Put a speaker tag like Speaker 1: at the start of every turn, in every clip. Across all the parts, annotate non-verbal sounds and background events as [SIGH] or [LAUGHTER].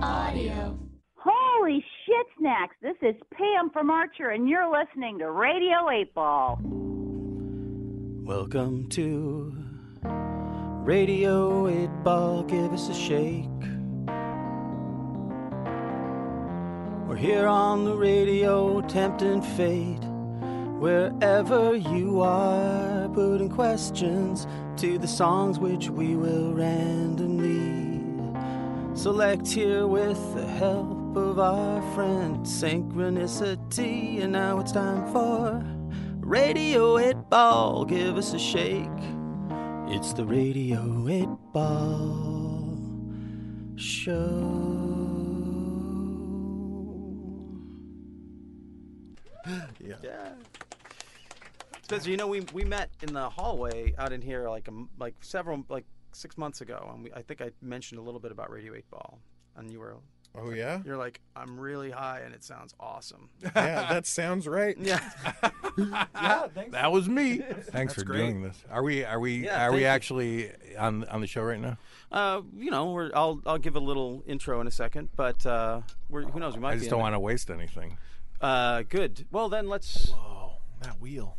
Speaker 1: Audio.
Speaker 2: Holy shit snacks! This is Pam from Archer, and you're listening to Radio 8 Ball.
Speaker 3: Welcome to Radio 8 Ball, give us a shake. We're here on the radio, tempting fate. Wherever you are, putting questions to the songs which we will randomly select here with the help of our friend Synchronicity. And now it's time for Radio 8 Ball, give us a shake. It's the Radio 8 Ball Show.
Speaker 4: Yeah.
Speaker 3: Spencer, you know we we met in the hallway out in here like a m like several like six months ago, and we, I think I mentioned a little bit about Radio Eight Ball, and you were
Speaker 4: Oh yeah.
Speaker 3: you're like I'm really high and it sounds awesome.
Speaker 4: Yeah, that sounds right. [LAUGHS]
Speaker 3: yeah, yeah, thanks.
Speaker 5: That was me. Thanks for
Speaker 4: great.
Speaker 5: doing this. Are we? Are we?
Speaker 3: Yeah,
Speaker 5: are
Speaker 3: thank
Speaker 5: we
Speaker 3: you.
Speaker 5: actually on on the show right now?
Speaker 3: Uh, you know, we're, I'll I'll give a little intro in a second, but uh, we're, who knows? We might.
Speaker 5: I
Speaker 3: be
Speaker 5: just
Speaker 3: in
Speaker 5: don't
Speaker 3: there.
Speaker 5: want to waste anything.
Speaker 3: Uh, good. Well, then let's.
Speaker 4: Oh, that wheel.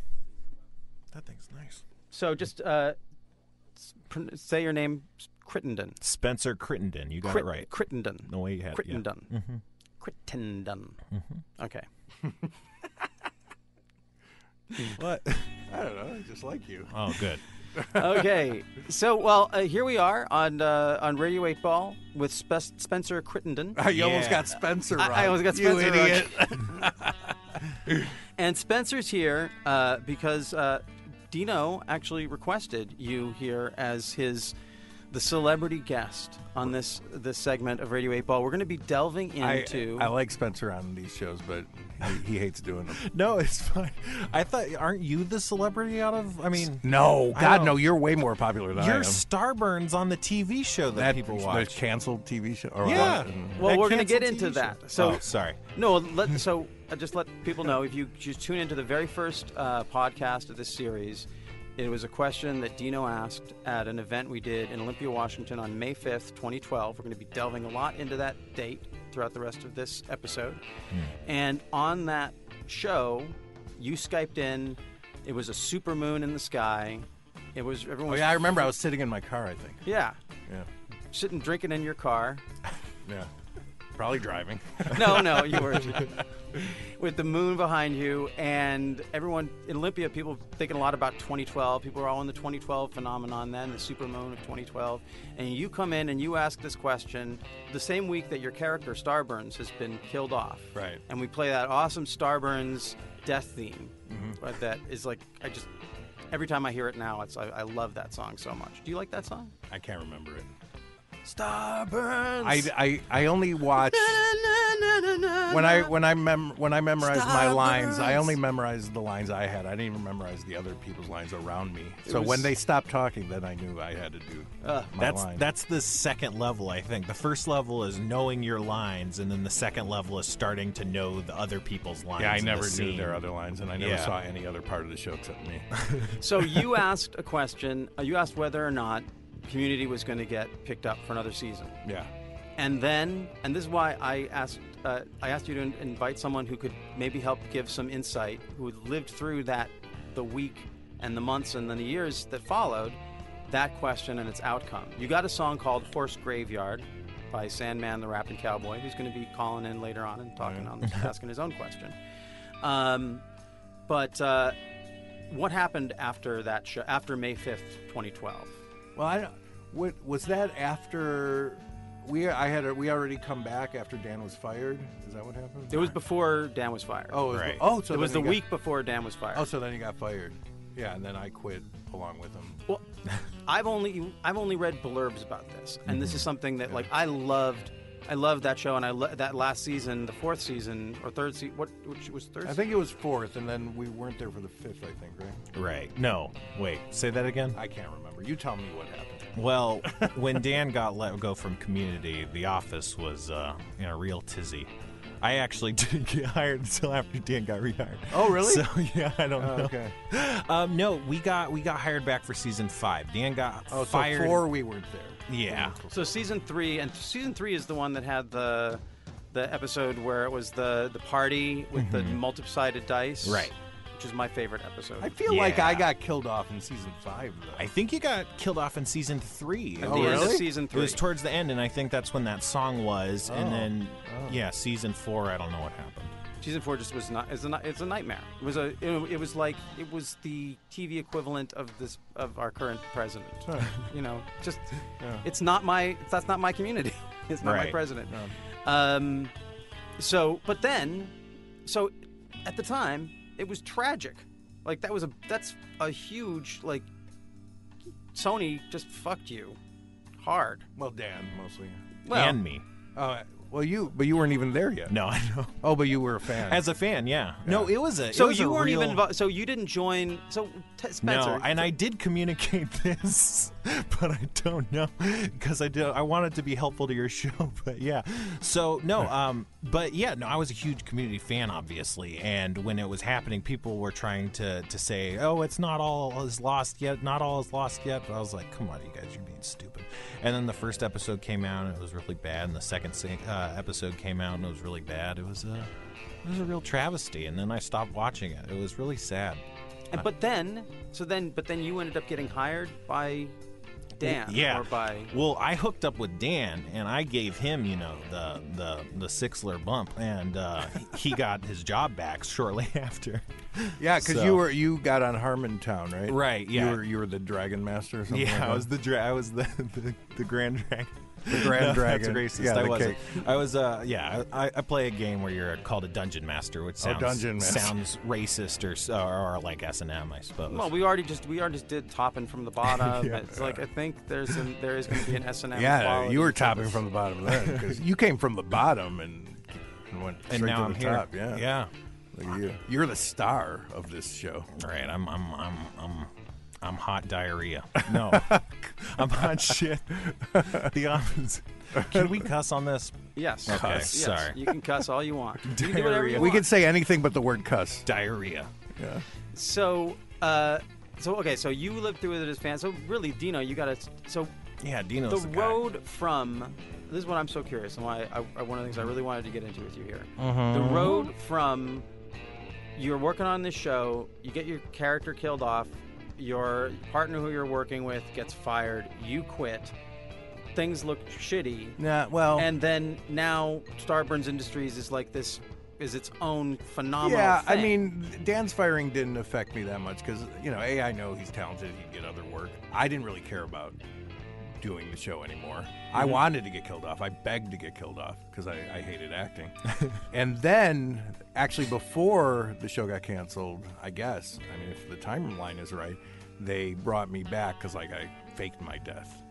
Speaker 4: That thing's nice.
Speaker 3: So just uh, s- pron- say your name, s- Crittenden.
Speaker 6: Spencer Crittenden. You got
Speaker 3: Crit-
Speaker 6: it right.
Speaker 3: Crittenden.
Speaker 6: No way you had it. Yeah. Mm-hmm.
Speaker 3: Crittenden. Crittenden. Okay.
Speaker 4: [LAUGHS]
Speaker 5: What? I don't know. I just like you.
Speaker 6: Oh, good. [LAUGHS]
Speaker 3: okay. So, well, uh, here we are on uh, on Radio 8 Ball with Spe- Spencer Crittenden.
Speaker 5: you almost
Speaker 6: Yeah.
Speaker 5: got Spencer
Speaker 3: I-
Speaker 5: wrong.
Speaker 3: I almost got
Speaker 5: You
Speaker 3: Spencer wrong.
Speaker 5: idiot.
Speaker 3: [LAUGHS] And Spencer's here uh, because uh, Dino actually requested you here as his the celebrity guest on this this segment of Radio 8 Ball. We're going to be delving
Speaker 5: I,
Speaker 3: into
Speaker 5: I like Spencer on these shows, but he, he hates doing them.
Speaker 6: No, it's fine. I thought, aren't you the celebrity out of? I mean,
Speaker 5: No,
Speaker 6: I
Speaker 5: God,
Speaker 6: don't-
Speaker 5: no. You're way more popular than I
Speaker 6: you're
Speaker 5: am.
Speaker 6: Starburns on the TV show that,
Speaker 5: that
Speaker 6: people
Speaker 5: There's
Speaker 6: watch.
Speaker 5: canceled TV show. Or Mm-hmm.
Speaker 6: yeah.
Speaker 3: Well,
Speaker 6: That
Speaker 3: we're going to
Speaker 6: canceled
Speaker 3: get into
Speaker 6: TV
Speaker 3: that.
Speaker 6: show.
Speaker 3: So
Speaker 6: oh, sorry.
Speaker 3: No, let, so uh, just let people know if you just tune into the very first uh, podcast of this series, it was a question that Dino asked at an event we did in Olympia, Washington on May 5th, 2012. We're going to be delving a lot into that date throughout the rest of this episode.
Speaker 5: Hmm.
Speaker 3: And on that show, you Skyped in. It was a super moon in the sky. It was everyone.
Speaker 5: Oh,
Speaker 3: Was,
Speaker 5: yeah, I remember. I was sitting in my car. I think.
Speaker 3: Yeah,
Speaker 5: Yeah.
Speaker 3: sitting drinking in your car.
Speaker 5: Yeah. Probably
Speaker 6: [LAUGHS]
Speaker 5: driving.
Speaker 3: [LAUGHS] No, no, you were with the moon behind you, and everyone in Olympia, people thinking a lot about 2012. People are all in the 2012 phenomenon then, the supermoon of 2012. And you come in and you ask this question the same week that your character Starburns has been killed off.
Speaker 5: Right.
Speaker 3: And we play that awesome Starburns death theme,
Speaker 5: Mm-hmm.
Speaker 3: but that is like I just every time I hear it now, it's I, I love that song so much. Do you like that song?
Speaker 5: I can't remember it.
Speaker 3: Starburns.
Speaker 5: I, I, I only watched when I when I mem- when I memorized my lines. I only memorized the lines I had. I didn't even memorize the other people's lines around me. So
Speaker 3: was-
Speaker 5: when they stopped talking, then I knew I had to do my
Speaker 6: That's
Speaker 5: line.
Speaker 6: that's the second level, I think. The first level is knowing your lines, and then the second level is starting to know the other people's lines.
Speaker 5: yeah, I
Speaker 6: in the
Speaker 5: never knew
Speaker 6: scene.
Speaker 5: their other lines, and I never
Speaker 6: Yeah.
Speaker 5: saw any other part of the show except me.
Speaker 3: So you asked a question. uh, You asked whether or not Community was going to get picked up for another season,
Speaker 5: yeah,
Speaker 3: and then, and this is why I asked. Uh, I asked you to in- invite someone who could maybe help give some insight, who had lived through that, the week and the months and then the years that followed, that question and its outcome. You got a song called "Horse Graveyard" by Sandman the Rapping Cowboy, who's going to be calling in later on and talking on this, asking his own question. Um, but uh, what happened after that show? After May fifth, twenty twelve.
Speaker 5: Well, I don't. What was that after? We I had a, we already come back after Dan was fired. Is that what happened?
Speaker 3: It was before Dan was fired.
Speaker 5: Oh, it was
Speaker 6: Right.
Speaker 5: oh, so
Speaker 3: it was the
Speaker 5: then he got-
Speaker 3: week before Dan was fired.
Speaker 5: Oh, so then he got fired. Yeah, and then I quit along with him.
Speaker 3: Well, [LAUGHS] I've only I've only read blurbs about this, and this is
Speaker 5: Mm-hmm.
Speaker 3: something that like I loved. I loved that show, and I lo- that last season, the fourth season or third season. What which was third?
Speaker 5: I think it was fourth, and then we weren't there for the fifth. I think, right?
Speaker 6: Right. No. Wait. Say that again.
Speaker 5: I can't remember. You tell me what happened.
Speaker 6: Well, when Dan got let go from Community, The Office was uh, in a real tizzy. I I actually [LAUGHS] didn't get hired until after Dan got rehired.
Speaker 5: Oh, really?
Speaker 6: So [LAUGHS] yeah, I don't
Speaker 5: Oh,
Speaker 6: know.
Speaker 5: okay.
Speaker 6: Um, no, we got we got hired back for season five. Dan got
Speaker 5: Oh,
Speaker 6: fired.
Speaker 5: so four we weren't there. Oh,
Speaker 6: Yeah.
Speaker 3: So season three, and season three is the one that had the the episode where it was the the party with the multi-sided dice,
Speaker 6: Right.
Speaker 3: Which is my favorite episode.
Speaker 5: Mm-hmm. I feel like I
Speaker 6: Yeah.
Speaker 5: got killed off in season five, though.
Speaker 6: I think you got killed off in season three.
Speaker 3: At
Speaker 5: Oh,
Speaker 3: the end of
Speaker 5: really?
Speaker 3: season
Speaker 6: It
Speaker 3: three.
Speaker 6: was towards the end, and I think that's when that song was.
Speaker 5: Oh.
Speaker 6: And then,
Speaker 5: Oh.
Speaker 6: yeah, season four, I don't know what happened.
Speaker 3: season four just was not. It's a ni- it's a nightmare. It was a it, it was like it was the TV equivalent of this of our current president.
Speaker 5: [LAUGHS]
Speaker 3: You know, just it's not my that's not my community. [LAUGHS] It's not my
Speaker 6: Right.
Speaker 3: president. Um, so but then, so at the time it was tragic. Like that was a that's a huge like Sony just fucked you hard.
Speaker 5: well, Dan mostly.
Speaker 3: Well,
Speaker 6: and me.
Speaker 5: Oh, well, you, but you weren't even there yet.
Speaker 6: No, [LAUGHS] I know.
Speaker 5: Oh, but you were a fan.
Speaker 6: As a fan, yeah. No, it was a. it
Speaker 3: so
Speaker 6: was a
Speaker 3: you weren't
Speaker 6: real-
Speaker 3: even involved. So you didn't join. So t- Spencer.
Speaker 6: No, and I did communicate [LAUGHS] this, but I don't know because I did. I wanted to be helpful to your show, [LAUGHS] but yeah. So no, um, but yeah, no, I was a huge community fan, obviously, and when it was happening, people were trying to to say, "Oh, it's not all is lost yet. Not all is lost yet." But I was like, "Come on, you guys, you're being stupid." And then the first episode came out, and it was really bad. And the second sing- uh, episode came out, and it was really bad. It was a it was a real travesty. And then I stopped watching it. It was really sad.
Speaker 3: And, but then, so then, but then you ended up getting hired by Dan
Speaker 6: yeah.
Speaker 3: or by
Speaker 6: Well, I hooked up with Dan and I gave him, you know, the the the Sixler bump, and uh, he got his job back shortly [LAUGHS] after.
Speaker 5: yeah, because
Speaker 6: So-
Speaker 5: you were you got on Harmontown, right?
Speaker 6: Right,
Speaker 5: You
Speaker 6: yeah.
Speaker 5: were you were the Dragon Master. Or something like
Speaker 6: Yeah, I
Speaker 5: that?
Speaker 6: was the dra- I was the, the the Grand Dragon. The
Speaker 5: Grand
Speaker 6: [LAUGHS] that's
Speaker 5: Dragon.
Speaker 6: racist.
Speaker 5: Yeah,
Speaker 6: I
Speaker 5: the
Speaker 6: wasn't.
Speaker 5: cake.
Speaker 6: I was. Uh, yeah, I, I play a game where you're called a dungeon master, which sounds
Speaker 5: Oh, dungeon master.
Speaker 6: sounds racist or, s- or or like S and M, I suppose.
Speaker 3: Well, we already just we already just did topping from the bottom. It's like I think there's an, there is going to be an S and M.
Speaker 5: Yeah,
Speaker 3: quality
Speaker 5: you were
Speaker 3: to this.
Speaker 5: topping from the bottom then because you came from the bottom and, and went straight
Speaker 6: and now
Speaker 5: to
Speaker 6: I'm
Speaker 5: the
Speaker 6: here.
Speaker 5: top. Yeah,
Speaker 6: Yeah.
Speaker 5: Look at you. You're the star of this
Speaker 6: [LAUGHS]
Speaker 5: show.
Speaker 6: All right, I'm I'm I'm I'm I'm hot diarrhea. No, [LAUGHS] I'm hot [LAUGHS] shit. The opposite. Can we cuss on this?
Speaker 3: yes.
Speaker 6: Okay,
Speaker 3: Yes,
Speaker 6: sorry.
Speaker 3: You can cuss all you want. You can do whatever you
Speaker 5: We
Speaker 3: want.
Speaker 5: could say anything but the word cuss.
Speaker 6: Diarrhea.
Speaker 3: So, uh, so okay, so you lived through it as fans. So really, Dino, you got to. So
Speaker 6: Yeah, Dino's
Speaker 3: the
Speaker 6: the, guy.
Speaker 3: road from this is what I'm so curious, and why I, I, one of the things I really wanted to get into with you here. The
Speaker 5: Mm-hmm.
Speaker 3: road from you're working on this show, you get your character killed off, your partner who you're working with gets fired, you quit, things look shitty,
Speaker 5: Nah, well,
Speaker 3: and then now Starburns Industries is like this is its own phenomenal.
Speaker 5: yeah, I
Speaker 3: thing.
Speaker 5: mean, Dan's firing didn't affect me that much because you know, a I know he's talented, he can get other work. I didn't really care about doing the show anymore. I
Speaker 3: Mm-hmm.
Speaker 5: wanted to get killed off. I begged to get killed off because I, I hated acting. [LAUGHS] and then, actually, before the show got canceled, I guess I mean, if the timeline is right, they brought me back because like I faked my death,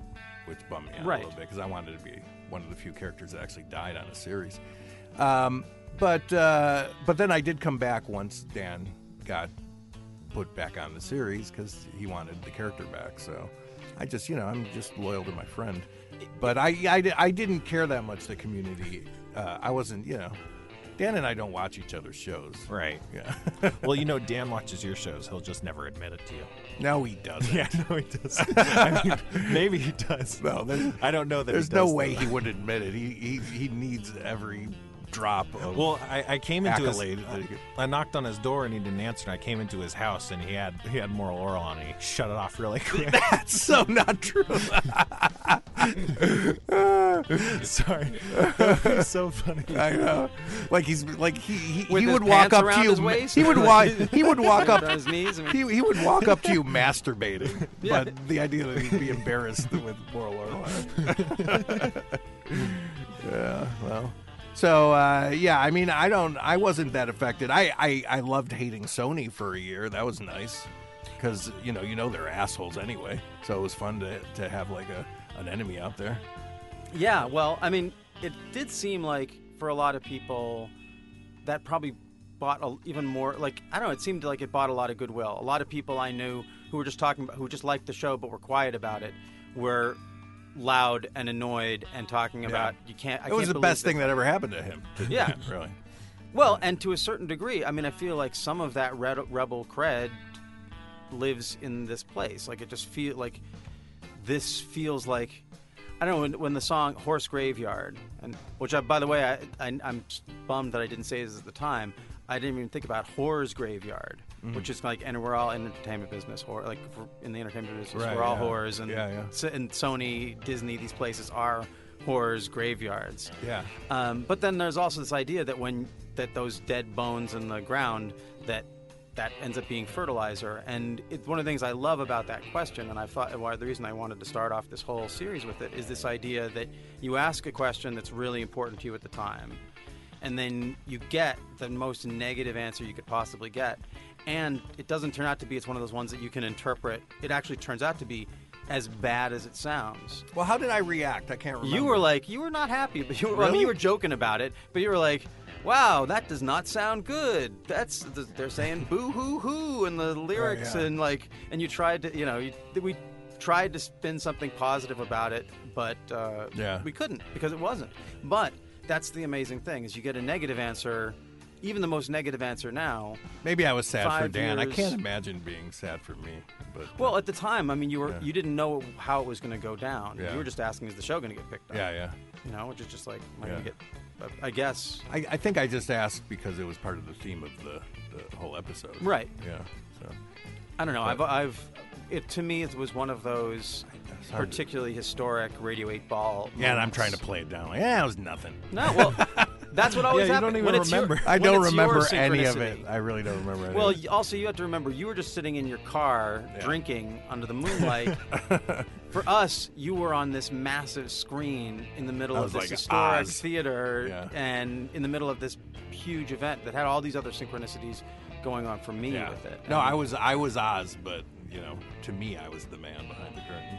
Speaker 5: which bummed me out
Speaker 3: Right.
Speaker 5: a little bit because I wanted to be one of the few characters that actually died on a series. Um, but uh, but then I did come back once Dan got put back on the series because he wanted the character back. So I just you know I'm just loyal to my friend. But I I, di- I didn't care that much the community. Uh, I wasn't you know Dan and I don't watch each other's shows.
Speaker 6: Right.
Speaker 5: Yeah.
Speaker 6: [LAUGHS] Well, you know, Dan watches your shows. He'll just never admit it to you.
Speaker 5: no, he doesn't.
Speaker 6: Yeah, no, he does. [LAUGHS] I mean, maybe he does.
Speaker 5: No, there's-
Speaker 6: I don't know that.
Speaker 5: There's
Speaker 6: he does,
Speaker 5: no way
Speaker 6: though.
Speaker 5: he would admit it. He he, he needs every drop of
Speaker 6: Well, I, I came into his.
Speaker 5: Accolade that he
Speaker 6: I,
Speaker 5: could-
Speaker 6: I knocked on his door and he didn't answer. And I came into his house and he had he had moral oral on. And he shut it off really [LAUGHS] quick.
Speaker 5: That's so not true.
Speaker 6: [LAUGHS] Sorry, that would be so funny.
Speaker 5: I know. Like he's like he he,
Speaker 3: With
Speaker 5: he
Speaker 3: his
Speaker 5: would walk
Speaker 3: pants
Speaker 5: up
Speaker 3: around
Speaker 5: to you.
Speaker 3: his waist?
Speaker 5: He would walk. He would walk
Speaker 3: [LAUGHS] on
Speaker 5: up.
Speaker 3: his knees. I mean,
Speaker 5: He, he would walk up to
Speaker 3: [LAUGHS]
Speaker 5: you masturbating, but the idea that he'd be embarrassed with moral or
Speaker 3: [LAUGHS]
Speaker 5: [LAUGHS] yeah, well. So uh, yeah, I mean, I don't. I wasn't that affected. I I, I loved hating Sony for a year. That was nice, because you know you know they're assholes anyway. So it was fun to to have like a an enemy out there.
Speaker 3: Yeah, well, I mean, it did seem like for a lot of people that probably bought a, even more like I don't know, it seemed like it bought a lot of goodwill. A lot of people I knew who were just talking about who just liked the show but were quiet about it were loud and annoyed and talking about you can't I
Speaker 5: It was
Speaker 3: can't
Speaker 5: the
Speaker 3: believe
Speaker 5: best
Speaker 3: that-
Speaker 5: thing that ever happened to him.
Speaker 3: Yeah.
Speaker 5: [LAUGHS] really.
Speaker 3: Well, and to a certain degree, I mean, I feel like some of that red, rebel cred lives in this place. Like it just feel like this feels like I don't know when, when the song "Horse Graveyard" and which I, by the way, I, I I'm bummed that I didn't say this at the time. I didn't even think about "Horror's Graveyard,"
Speaker 5: Mm.
Speaker 3: which is like, and we're all in entertainment business, or like for- in the entertainment business,
Speaker 5: Right,
Speaker 3: we're all
Speaker 5: yeah.
Speaker 3: horrors, and
Speaker 5: Yeah, yeah.
Speaker 3: S- and Sony, Disney, these places are horrors graveyards.
Speaker 5: Yeah.
Speaker 3: Um, but then there's also this idea that when that those dead bones in the ground that that ends up being fertilizer. And it's one of the things I love about that question, and I thought why the reason I wanted to start off this whole series with it is this idea that you ask a question that's really important to you at the time, and then you get the most negative answer you could possibly get, and it doesn't turn out to be it's one of those ones that you can interpret. It actually turns out to be as bad as it sounds.
Speaker 5: Well, how did I react? I can't remember.
Speaker 3: You were like, you were not happy, but you were, I mean,
Speaker 5: Really?
Speaker 3: you were joking about it, but you were like, wow, that does not sound good. That's, th- they're
Speaker 5: [LAUGHS]
Speaker 3: saying boo hoo hoo in the lyrics,
Speaker 5: Oh, yeah.
Speaker 3: and like, and you tried to, you know, you, we tried to spin something positive about it, but uh,
Speaker 5: Yeah.
Speaker 3: we couldn't because it wasn't. But that's the amazing thing is you get a negative answer, even the most negative answer now.
Speaker 5: maybe I was sad for
Speaker 3: five
Speaker 5: Dan. I
Speaker 3: years-
Speaker 5: can't imagine being sad for me. But
Speaker 3: Well, at the time, I mean, you were,
Speaker 5: Yeah.
Speaker 3: you didn't know how it was going to go down.
Speaker 5: Yeah.
Speaker 3: You were just asking, is the show going to get picked up?
Speaker 5: yeah, yeah.
Speaker 3: You know, which is just like, am I
Speaker 5: Yeah.
Speaker 3: going to get, I I guess,
Speaker 5: I, I think I just asked because it was part of the theme of the, the whole episode.
Speaker 3: Right.
Speaker 5: Yeah. So
Speaker 3: I don't know. I've, I've, it to me it was one of those
Speaker 5: sounded-
Speaker 3: particularly historic Radio Eight Ball.
Speaker 5: yeah, and I'm
Speaker 3: moments.
Speaker 5: trying to play it down. Like, yeah, it was nothing.
Speaker 3: No, well, that's
Speaker 5: [LAUGHS]
Speaker 3: what always
Speaker 6: you don't
Speaker 3: happens.
Speaker 6: even
Speaker 3: when it's your- [LAUGHS]
Speaker 6: remember.
Speaker 5: I
Speaker 3: when
Speaker 5: don't
Speaker 3: it's your
Speaker 5: remember any of it.
Speaker 3: synchronicity.
Speaker 5: I really don't remember. Any
Speaker 3: Well,
Speaker 5: of it.
Speaker 3: y- also you have to remember you were just sitting in your car drinking under the
Speaker 5: [LAUGHS]
Speaker 3: moonlight. For us, you were on this massive screen in the middle
Speaker 5: I
Speaker 3: of
Speaker 5: was
Speaker 3: this
Speaker 5: like,
Speaker 3: historic
Speaker 5: Oz.
Speaker 3: theater
Speaker 5: Yeah.
Speaker 3: and in the middle of this huge event that had all these other synchronicities going on for me
Speaker 5: yeah.
Speaker 3: with it.
Speaker 5: No,
Speaker 3: And-
Speaker 5: I was I was Oz, but you know, to me, I was the man behind the curtain,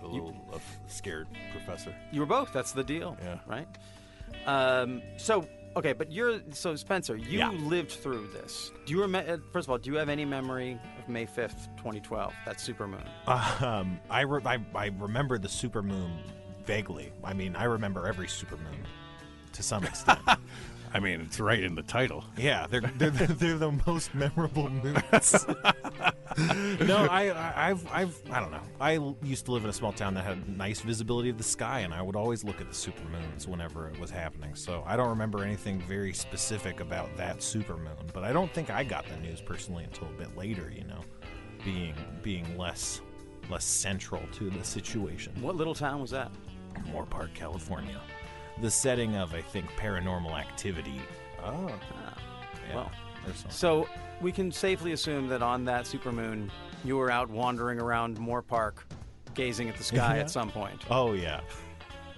Speaker 5: the little uh, scared professor.
Speaker 3: You were both. That's the deal.
Speaker 5: Yeah.
Speaker 3: Right. Um, so okay, but you're so Spencer. You
Speaker 5: Yeah.
Speaker 3: lived through this. Do you remember? First of all, do you have any memory of May fifth, twenty twelve? That supermoon.
Speaker 6: Um, I, re- I I remember the supermoon vaguely. I mean, I remember every supermoon to some extent.
Speaker 5: I mean, it's right in the title.
Speaker 6: yeah, they're [LAUGHS] they're, the- they're the most memorable moons. [LAUGHS] no, I, I I've I've I don't know. I l- used to live in a small town that had nice visibility of the sky, and I would always look at the supermoons whenever it was happening. So I don't remember anything very specific about that supermoon, but I don't think I got the news personally until a bit later. You know, being being less less central to the situation.
Speaker 3: What little town was that?
Speaker 6: Moore Park, California. The setting of, I think, paranormal activity.
Speaker 5: Oh,
Speaker 6: Yeah,
Speaker 3: Well,
Speaker 6: or something.
Speaker 3: So we can safely assume that on that supermoon, you were out wandering around Moore Park, gazing at the sky at some point.
Speaker 6: Oh yeah.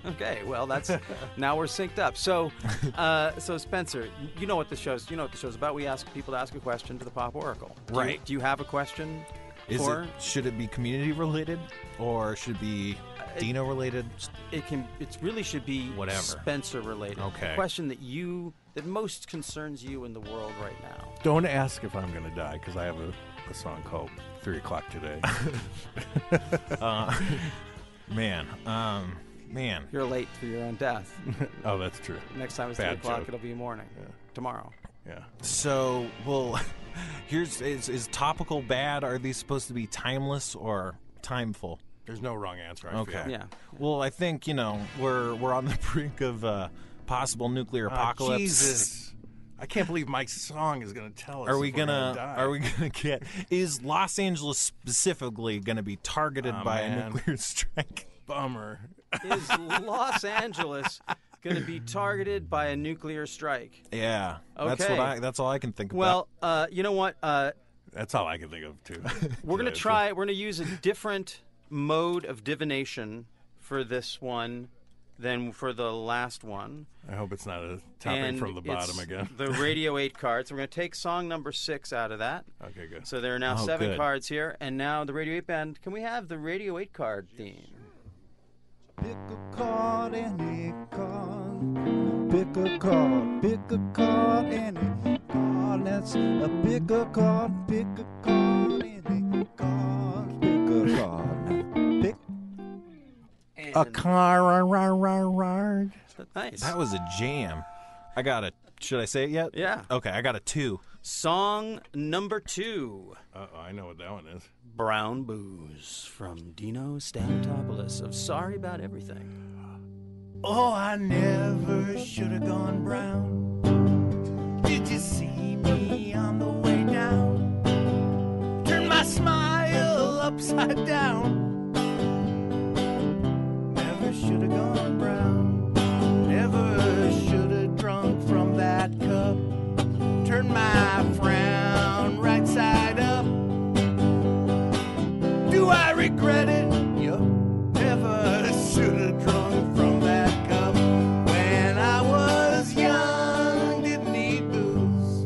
Speaker 3: Okay, well
Speaker 6: [LAUGHS]
Speaker 3: that's now we're synced up. So, uh, so Spencer, you know what the show's you know what the show's about. We ask people to ask a question to the Pop Oracle. Do you-
Speaker 6: Right.
Speaker 3: do you have a question?
Speaker 6: Is
Speaker 3: or
Speaker 6: it should it be community related or should it be Dino related?
Speaker 3: it can it really should be
Speaker 6: Whatever.
Speaker 3: Spencer related.
Speaker 6: Okay.
Speaker 3: A question that you that most concerns you in the world right now.
Speaker 5: don't ask if I'm gonna die because I have a, a song called Three O'clock
Speaker 3: [LAUGHS]
Speaker 5: Today.
Speaker 6: Man, um, man.
Speaker 3: You're late for your own
Speaker 6: [LAUGHS]
Speaker 3: death.
Speaker 5: oh, that's true.
Speaker 3: Next time it's
Speaker 5: Bad
Speaker 3: three o'clock,
Speaker 5: joke.
Speaker 3: it'll be morning. Tomorrow.
Speaker 5: Yeah.
Speaker 6: So, well, [LAUGHS] here's is, is topical bad? Are these supposed to be timeless or timeful?
Speaker 5: There's no wrong answer. I
Speaker 6: Okay.
Speaker 5: Feel.
Speaker 3: Yeah.
Speaker 6: Well, I think you know we're we're on the [LAUGHS] brink of uh, possible nuclear
Speaker 5: Ah,
Speaker 6: apocalypse.
Speaker 5: Jesus. I can't believe Mike's song is gonna tell us.
Speaker 6: Are
Speaker 5: if
Speaker 6: we
Speaker 5: we're
Speaker 6: gonna,
Speaker 5: die.
Speaker 6: Are we [LAUGHS] gonna get? Is Los Angeles specifically gonna be targeted
Speaker 3: Oh,
Speaker 5: Aw,
Speaker 6: by a
Speaker 5: man.
Speaker 6: nuclear [LAUGHS] strike?
Speaker 5: Bummer. [LAUGHS]
Speaker 3: Is Los Angeles going to be targeted by a nuclear strike?
Speaker 6: Yeah, that's what
Speaker 3: Okay.
Speaker 6: I. That's all I can think
Speaker 3: Well, uh, you know what? Uh,
Speaker 5: That's all I can think of
Speaker 6: [LAUGHS]
Speaker 5: too.
Speaker 3: We're gonna
Speaker 5: Today, so-
Speaker 3: try. We're gonna use a different mode of divination for this one than for the last one.
Speaker 5: I hope it's not a topic
Speaker 3: and
Speaker 5: from the
Speaker 3: it's
Speaker 5: bottom again.
Speaker 3: the Radio Eight cards. We're gonna take song number six out of that.
Speaker 5: [LAUGHS] Okay, Uh, good.
Speaker 3: So there are now
Speaker 6: Oh,
Speaker 3: seven
Speaker 6: good.
Speaker 3: cards here, and now the Radio Eight band. Can we have the Radio Eight card theme?
Speaker 1: Pick a card, any card. Pick a card, pick a card, any card. Let's uh, pick a card, pick a card, any card. Pick a card. Pick
Speaker 3: And
Speaker 5: car.
Speaker 3: nice.
Speaker 6: about. That was a jam. I got a Should I say it yet?
Speaker 3: Yeah.
Speaker 6: Okay, I got a two.
Speaker 3: Song number two
Speaker 5: Uh, I know what that one is.
Speaker 3: Brown Booze from Dino Stanotopoulos of Sorry About Everything.
Speaker 5: Oh, I never should have gone brown. Did you see me on the way down? Turn my smile upside down. Never should have gone brown. Never should have drunk from that cup. Turn my frown right side up. Do I regret it? Yup. Never should have drunk from that cup. When I was young, didn't need booze.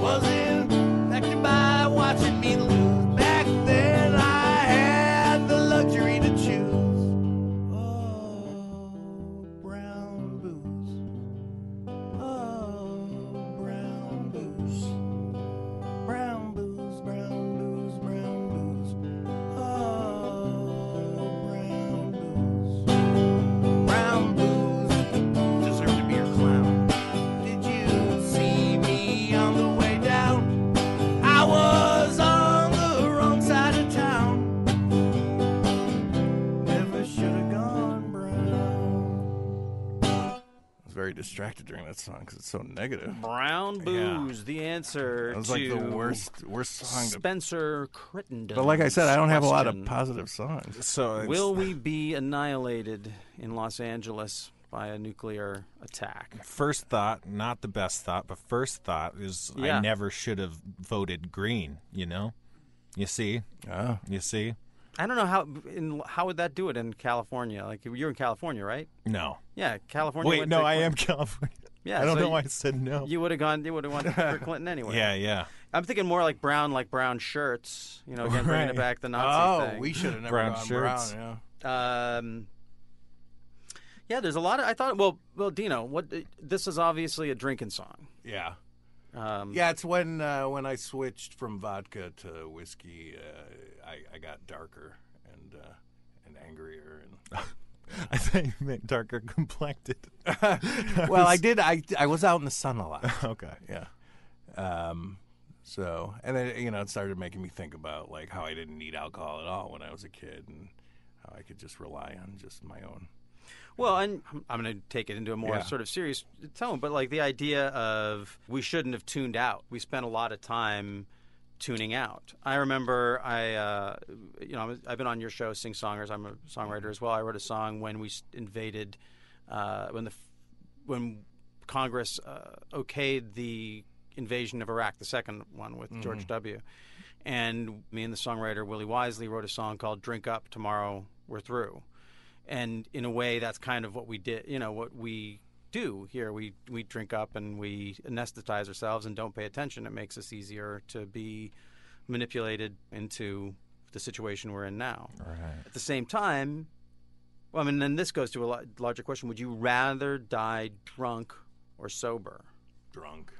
Speaker 5: Wasn't affected by watching me lose. Back then, I had the luxury to choose. Oh, brown booze. Oh, brown booze. Brown booze, brown booze, brown booze. Oh, brown booze. Brown booze. Deserve to be your clown. Did you see me on the way down? I was on the wrong side of town. Never should have gone brown. I was very distracted during that song because it's so negative.
Speaker 3: Brown Booze, the answer
Speaker 5: That was
Speaker 3: to
Speaker 5: like the worst, worst song to
Speaker 3: Spencer Crittenden.
Speaker 5: But like I said, I don't have a lot of
Speaker 3: question.
Speaker 5: positive songs.
Speaker 6: So it's-
Speaker 3: Will we be annihilated in Los Angeles by a nuclear attack?
Speaker 6: first thought, not the best thought, but first thought is
Speaker 3: Yeah.
Speaker 6: I never should have voted green. You know, you see,
Speaker 5: Oh.
Speaker 6: you see.
Speaker 3: I don't know how. In, how would that do it in California? Like you're in California, right?
Speaker 6: No,
Speaker 3: Yeah, California.
Speaker 6: wait,
Speaker 3: went
Speaker 6: no,
Speaker 3: to
Speaker 6: I
Speaker 3: Clinton.
Speaker 6: am [LAUGHS] California.
Speaker 3: Yeah,
Speaker 6: I don't
Speaker 3: so
Speaker 6: know
Speaker 3: you-
Speaker 6: why I said no.
Speaker 3: You would have gone. You would have won
Speaker 6: [LAUGHS]
Speaker 3: for Clinton anyway.
Speaker 6: yeah, yeah. [LAUGHS]
Speaker 3: I'm thinking more like brown, like brown shirts. You know, again bringing
Speaker 6: Right.
Speaker 3: it back the Nazi
Speaker 5: Oh,
Speaker 3: thing.
Speaker 5: we should have never
Speaker 6: Brown
Speaker 5: gone
Speaker 6: shirts.
Speaker 5: brown.
Speaker 3: Um, yeah, there's a lot of. I thought. Well, well, Dino, what? This is obviously a drinking song.
Speaker 5: Yeah. Yeah.
Speaker 3: Um,
Speaker 5: Yeah, it's when uh, when I switched from vodka to whiskey, uh, I, I got darker and uh, and angrier.
Speaker 6: [LAUGHS] I think you meant darker complected.
Speaker 3: [LAUGHS]
Speaker 5: And [LAUGHS] well, I did. I I was out in the sun a lot.
Speaker 6: okay.
Speaker 5: yeah. Um. So and then you know it started making me think about like how I didn't need alcohol at all when I was a kid and how I could just rely on just my own.
Speaker 3: Well, and I'm- I'm going to take it into a more
Speaker 5: Yeah.
Speaker 3: sort of serious tone, but like the idea of we shouldn't have tuned out. We spent a lot of time tuning out. I remember I, uh, you know, I was- I've been on your show, Sing Songers. I'm a songwriter as well. I wrote a song when we s- invaded, uh, when the f- when Congress uh, okayed the invasion of Iraq, the second one with George W. And me and the songwriter Willie Wisely wrote a song called "Drink Up, Tomorrow We're Through." and in a way that's kind of what we did you know what we do here we we drink up and we anesthetize ourselves and don't pay attention it makes us easier to be manipulated into the situation we're in now
Speaker 6: Right.
Speaker 3: at the same time well i mean then this goes to a lo- larger question would you rather die drunk or sober
Speaker 5: Drunk.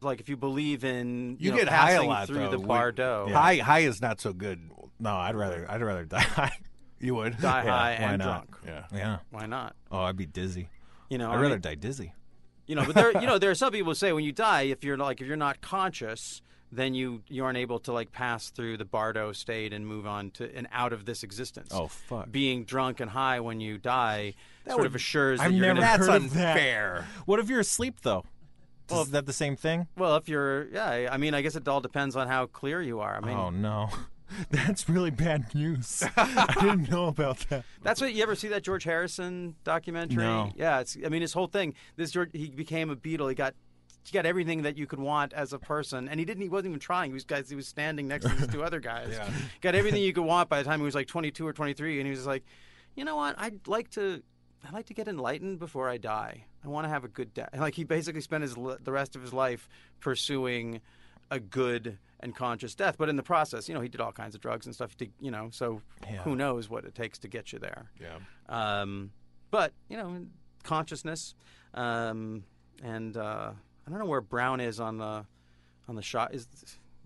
Speaker 3: like if you believe in
Speaker 5: You
Speaker 3: know,
Speaker 5: get high a
Speaker 3: passing
Speaker 5: lot,
Speaker 3: through
Speaker 5: though.
Speaker 3: the
Speaker 5: We-
Speaker 3: Bardo
Speaker 5: High high is not so good.
Speaker 6: No, I'd rather I'd rather die. [LAUGHS]
Speaker 5: You would
Speaker 3: die
Speaker 6: Yeah,
Speaker 3: high
Speaker 6: why
Speaker 3: and
Speaker 6: not?
Speaker 3: drunk
Speaker 5: Yeah.
Speaker 6: yeah.
Speaker 3: why not
Speaker 6: Oh, I'd be dizzy.
Speaker 3: you know I
Speaker 6: I'd rather
Speaker 3: mean-
Speaker 6: die dizzy.
Speaker 3: You know, but there, you know, there are some people who say when you die, if you're like if you're not conscious, then you you aren't able to like pass through the bardo state and move on to and out of this existence.
Speaker 6: Oh, fuck.
Speaker 3: Being drunk and high when you die sort of assures that
Speaker 6: I've
Speaker 3: you're
Speaker 6: never
Speaker 3: gonna.
Speaker 5: That's
Speaker 6: heard of that.
Speaker 5: unfair.
Speaker 6: What if you're asleep though? is that the same thing?
Speaker 3: Well, if you're, yeah, I- I mean, I guess it all depends on how clear you are. I mean,
Speaker 6: Oh no, [LAUGHS] that's really bad
Speaker 3: [LAUGHS]
Speaker 6: news. I didn't know about that.
Speaker 3: That's what you ever see that George Harrison documentary?
Speaker 6: No.
Speaker 3: Yeah, it's I mean his whole thing. This George he became a Beatle. He got he got everything that you could want as a person, and he didn't. He wasn't even trying. He was guys. He was standing next to these two other guys. Got everything you could want by the time he was like 22 or 23, and he was like, you know what? I'd like to. I'd like to get enlightened before I die. I want to have a good death. And like he basically spent his li- the rest of his life pursuing a good and conscious death. But in the process, you know, he did all kinds of drugs and stuff. To, you know, so who knows what it takes to get you there.
Speaker 5: Yeah.
Speaker 3: Um, but you know, consciousness, um, and uh, I don't know where Brown is on the on the shot. Is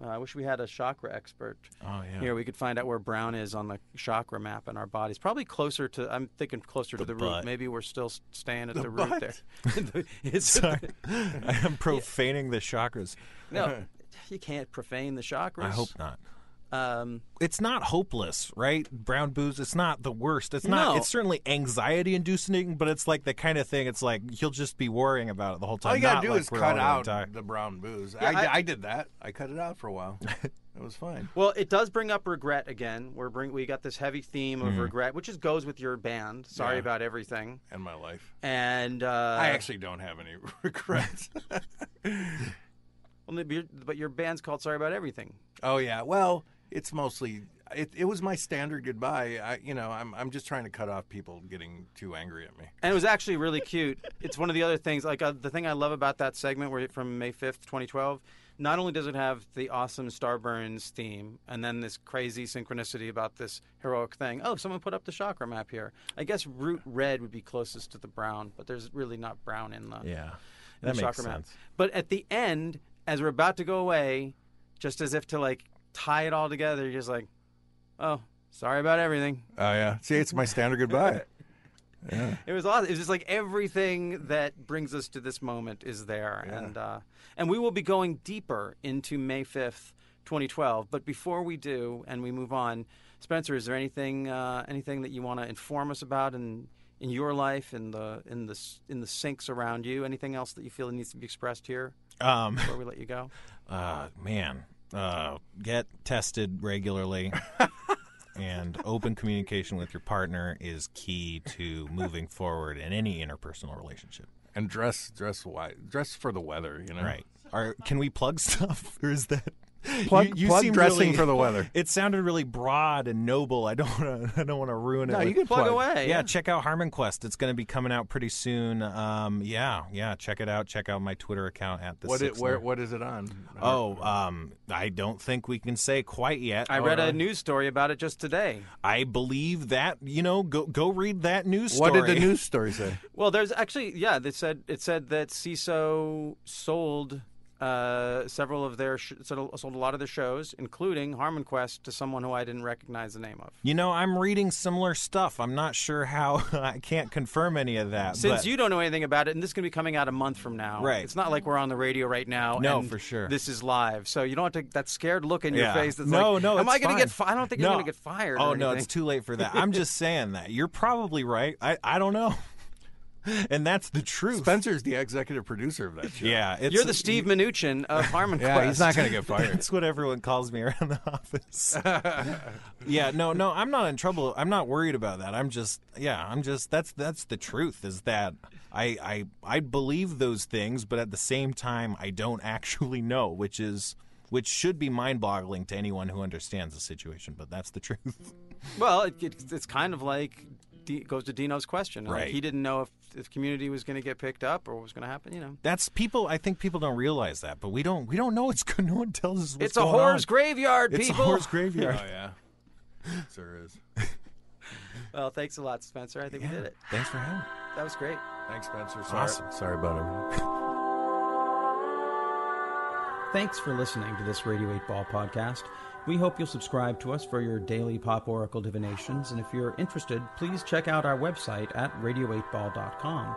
Speaker 3: Uh, I wish we had a chakra expert
Speaker 6: Oh yeah.
Speaker 3: here. We could find out where brown is on the chakra map in our bodies. Probably closer to. I'm thinking closer to the root.
Speaker 6: butt.
Speaker 3: Maybe we're still s- staying at the, root
Speaker 5: butt?
Speaker 3: there. [LAUGHS] It's-
Speaker 6: [LAUGHS] Sorry. I am profaning the chakras.
Speaker 3: no, you can't profane the chakras.
Speaker 6: I hope not.
Speaker 3: Um,
Speaker 6: It's not hopeless, right? Brown booze. It's not the worst. It's not.
Speaker 3: No.
Speaker 6: It's certainly anxiety inducing, but it's like the kind of thing. It's like you'll just be worrying about it the whole time.
Speaker 5: All you gotta
Speaker 6: not
Speaker 5: do
Speaker 6: like
Speaker 5: is
Speaker 6: we're
Speaker 5: cut
Speaker 6: all gonna
Speaker 5: out
Speaker 6: die.
Speaker 5: the brown booze.
Speaker 3: Yeah,
Speaker 5: I,
Speaker 3: I-
Speaker 5: I did that. I cut it out for a while. it was fine.
Speaker 3: Well, it does bring up regret again. We're bring we got this heavy theme
Speaker 6: Mm-hmm.
Speaker 3: of regret, which just goes with your band. Sorry
Speaker 5: Yeah.
Speaker 3: about everything.
Speaker 5: In my life,
Speaker 3: And uh,
Speaker 5: I actually don't have any [LAUGHS] regrets.
Speaker 3: well, maybe your- but your band's called Sorry About Everything.
Speaker 5: oh yeah. Well, it's mostly it. It was my standard goodbye. I, you know, I'm I'm just trying to cut off people getting too angry at me.
Speaker 3: And it was actually really cute. [LAUGHS] It's one of the other things. Like uh, the thing I love about that segment where, from May fifth, twenty twelve. Not only does it have the awesome Starburns theme, and then this crazy synchronicity about this heroic thing. Oh, someone put up the chakra map here. I guess root red would be closest to the brown, but there's really not brown in the
Speaker 6: Yeah,
Speaker 3: in
Speaker 6: that
Speaker 3: the
Speaker 6: makes
Speaker 3: chakra map.
Speaker 6: sense.
Speaker 3: But at the end, as we're about to go away, just as if to like tie it all together, you're just like, oh, sorry about everything.
Speaker 5: Oh yeah. See, it's my standard goodbye.
Speaker 3: It was awesome. It was just like everything that brings us to this moment is there, and uh, and we will be going deeper into May fifth, twenty twelve. But before we do, and we move on, Spencer, is there anything uh, anything that you want to inform us about in in your life, in the in the s- in the sinks around you? Anything else that you feel needs to be expressed here
Speaker 6: Um,
Speaker 3: before we let you go?
Speaker 6: uh, man, uh, get
Speaker 5: [LAUGHS]
Speaker 6: tested regularly. and open communication with your partner is key to moving forward in any interpersonal relationship.
Speaker 5: and dress dress wise, dress for the weather. You know.
Speaker 6: Right. Are, can we plug stuff? [LAUGHS] Or is that.
Speaker 5: Plug,
Speaker 6: you, you
Speaker 5: plug
Speaker 6: seem
Speaker 5: dressing
Speaker 6: really-
Speaker 5: for the weather.
Speaker 6: [LAUGHS] It sounded really broad and noble. I don't want to. [LAUGHS] I don't want to ruin it.
Speaker 5: No,
Speaker 6: with-
Speaker 5: Oh, you can
Speaker 3: Plug
Speaker 5: plug,
Speaker 3: away.
Speaker 6: yeah, check out Harmon Quest. It's going to be coming out pretty soon. Um, yeah, yeah, check it out. Check out my Twitter account at the.
Speaker 5: What it,
Speaker 6: Sixth
Speaker 5: where,
Speaker 6: Man.
Speaker 5: what is it on?
Speaker 6: Oh, um, I don't think we can say quite yet.
Speaker 3: I read a news story about it just today.
Speaker 6: I believe that you know. Go go read that news
Speaker 5: what
Speaker 6: story.
Speaker 5: did the news story say?
Speaker 3: Well, there's actually yeah. They said it said that CISO sold uh, several of their sh- sold sold a lot of their shows, including Harmon Quest, to someone who I didn't recognize the name of.
Speaker 6: You know, I'm reading similar stuff. I'm not sure how. [LAUGHS] I can't confirm any of that.
Speaker 3: Since
Speaker 6: but-
Speaker 3: you don't know anything about it, and this is going to be coming out a month from now,
Speaker 6: Right.
Speaker 3: It's not like we're on the radio right now.
Speaker 6: No,
Speaker 3: and
Speaker 6: for sure.
Speaker 3: This is live, so you don't have to that scared look in your
Speaker 6: Yeah.
Speaker 3: face. That's
Speaker 6: no,
Speaker 3: like,
Speaker 6: no.
Speaker 3: Am I
Speaker 6: it's
Speaker 3: going to get?
Speaker 6: fine.
Speaker 3: Fi- I don't think
Speaker 6: no.
Speaker 3: I'm going to get fired.
Speaker 6: Oh
Speaker 3: or
Speaker 6: no,
Speaker 3: anything.
Speaker 6: it's too late for that.
Speaker 3: [LAUGHS]
Speaker 6: I'm just saying that. You're probably right. I I don't know, [LAUGHS] and that's the truth.
Speaker 5: Spencer's the executive producer of
Speaker 6: [LAUGHS]
Speaker 5: that show.
Speaker 6: Yeah, it's,
Speaker 3: You're the Steve Mnuchin
Speaker 6: [LAUGHS]
Speaker 3: of Harmon
Speaker 5: Yeah,
Speaker 3: Quest.
Speaker 5: he's not going to get fired.
Speaker 6: That's what everyone calls me [LAUGHS] around the office. [LAUGHS] yeah, no, no, I'm not in trouble. I'm not worried about that. I'm just, yeah, I'm just. That's that's the truth. Is that I I I believe those things, but at the same time, I don't actually know, which is which should be mind-boggling to anyone who understands the situation. But that's the truth.
Speaker 3: Well, it, it, it's kind of like D, goes to Dino's question. Like,
Speaker 6: Right.
Speaker 3: he didn't know if, if community was going to get picked up or what was going to happen. You know,
Speaker 6: That's people. I think people don't realize that, but we don't. We don't know what's [LAUGHS] going. No one tells us. What's
Speaker 3: it's a
Speaker 6: going
Speaker 3: whore's
Speaker 6: on.
Speaker 3: graveyard,
Speaker 6: It's a
Speaker 3: people.
Speaker 6: whore's graveyard. [LAUGHS]
Speaker 5: Oh yeah, sure is.
Speaker 3: well, thanks a lot, Spencer. I think we did it.
Speaker 6: Thanks for having. me.
Speaker 3: That was great.
Speaker 5: Thanks, Spencer. Sorry,
Speaker 6: Awesome.
Speaker 5: sorry about everything.
Speaker 7: Thanks for listening to this Radio 8 Ball podcast. We hope you'll subscribe to us for your daily pop oracle divinations, and if you're interested, please check out our website at radio8ball.com.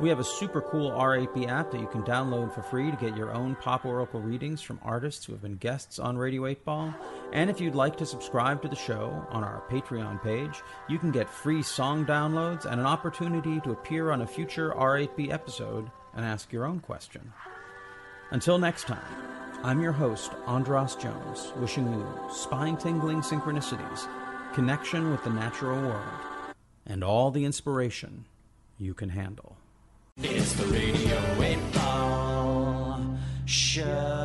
Speaker 7: We have a super cool RAP app that you can download for free to get your own pop oracle readings from artists who have been guests on Radio 8 Ball. And if you'd like to subscribe to the show on our Patreon page, you can get free song downloads and an opportunity to appear on a future R8B episode and ask your own question. Until next time, I'm your host, Andras Jones, wishing you spine tingling synchronicities, connection with the natural world, and all the inspiration you can handle.
Speaker 3: It's the Radio 8 Ball Show.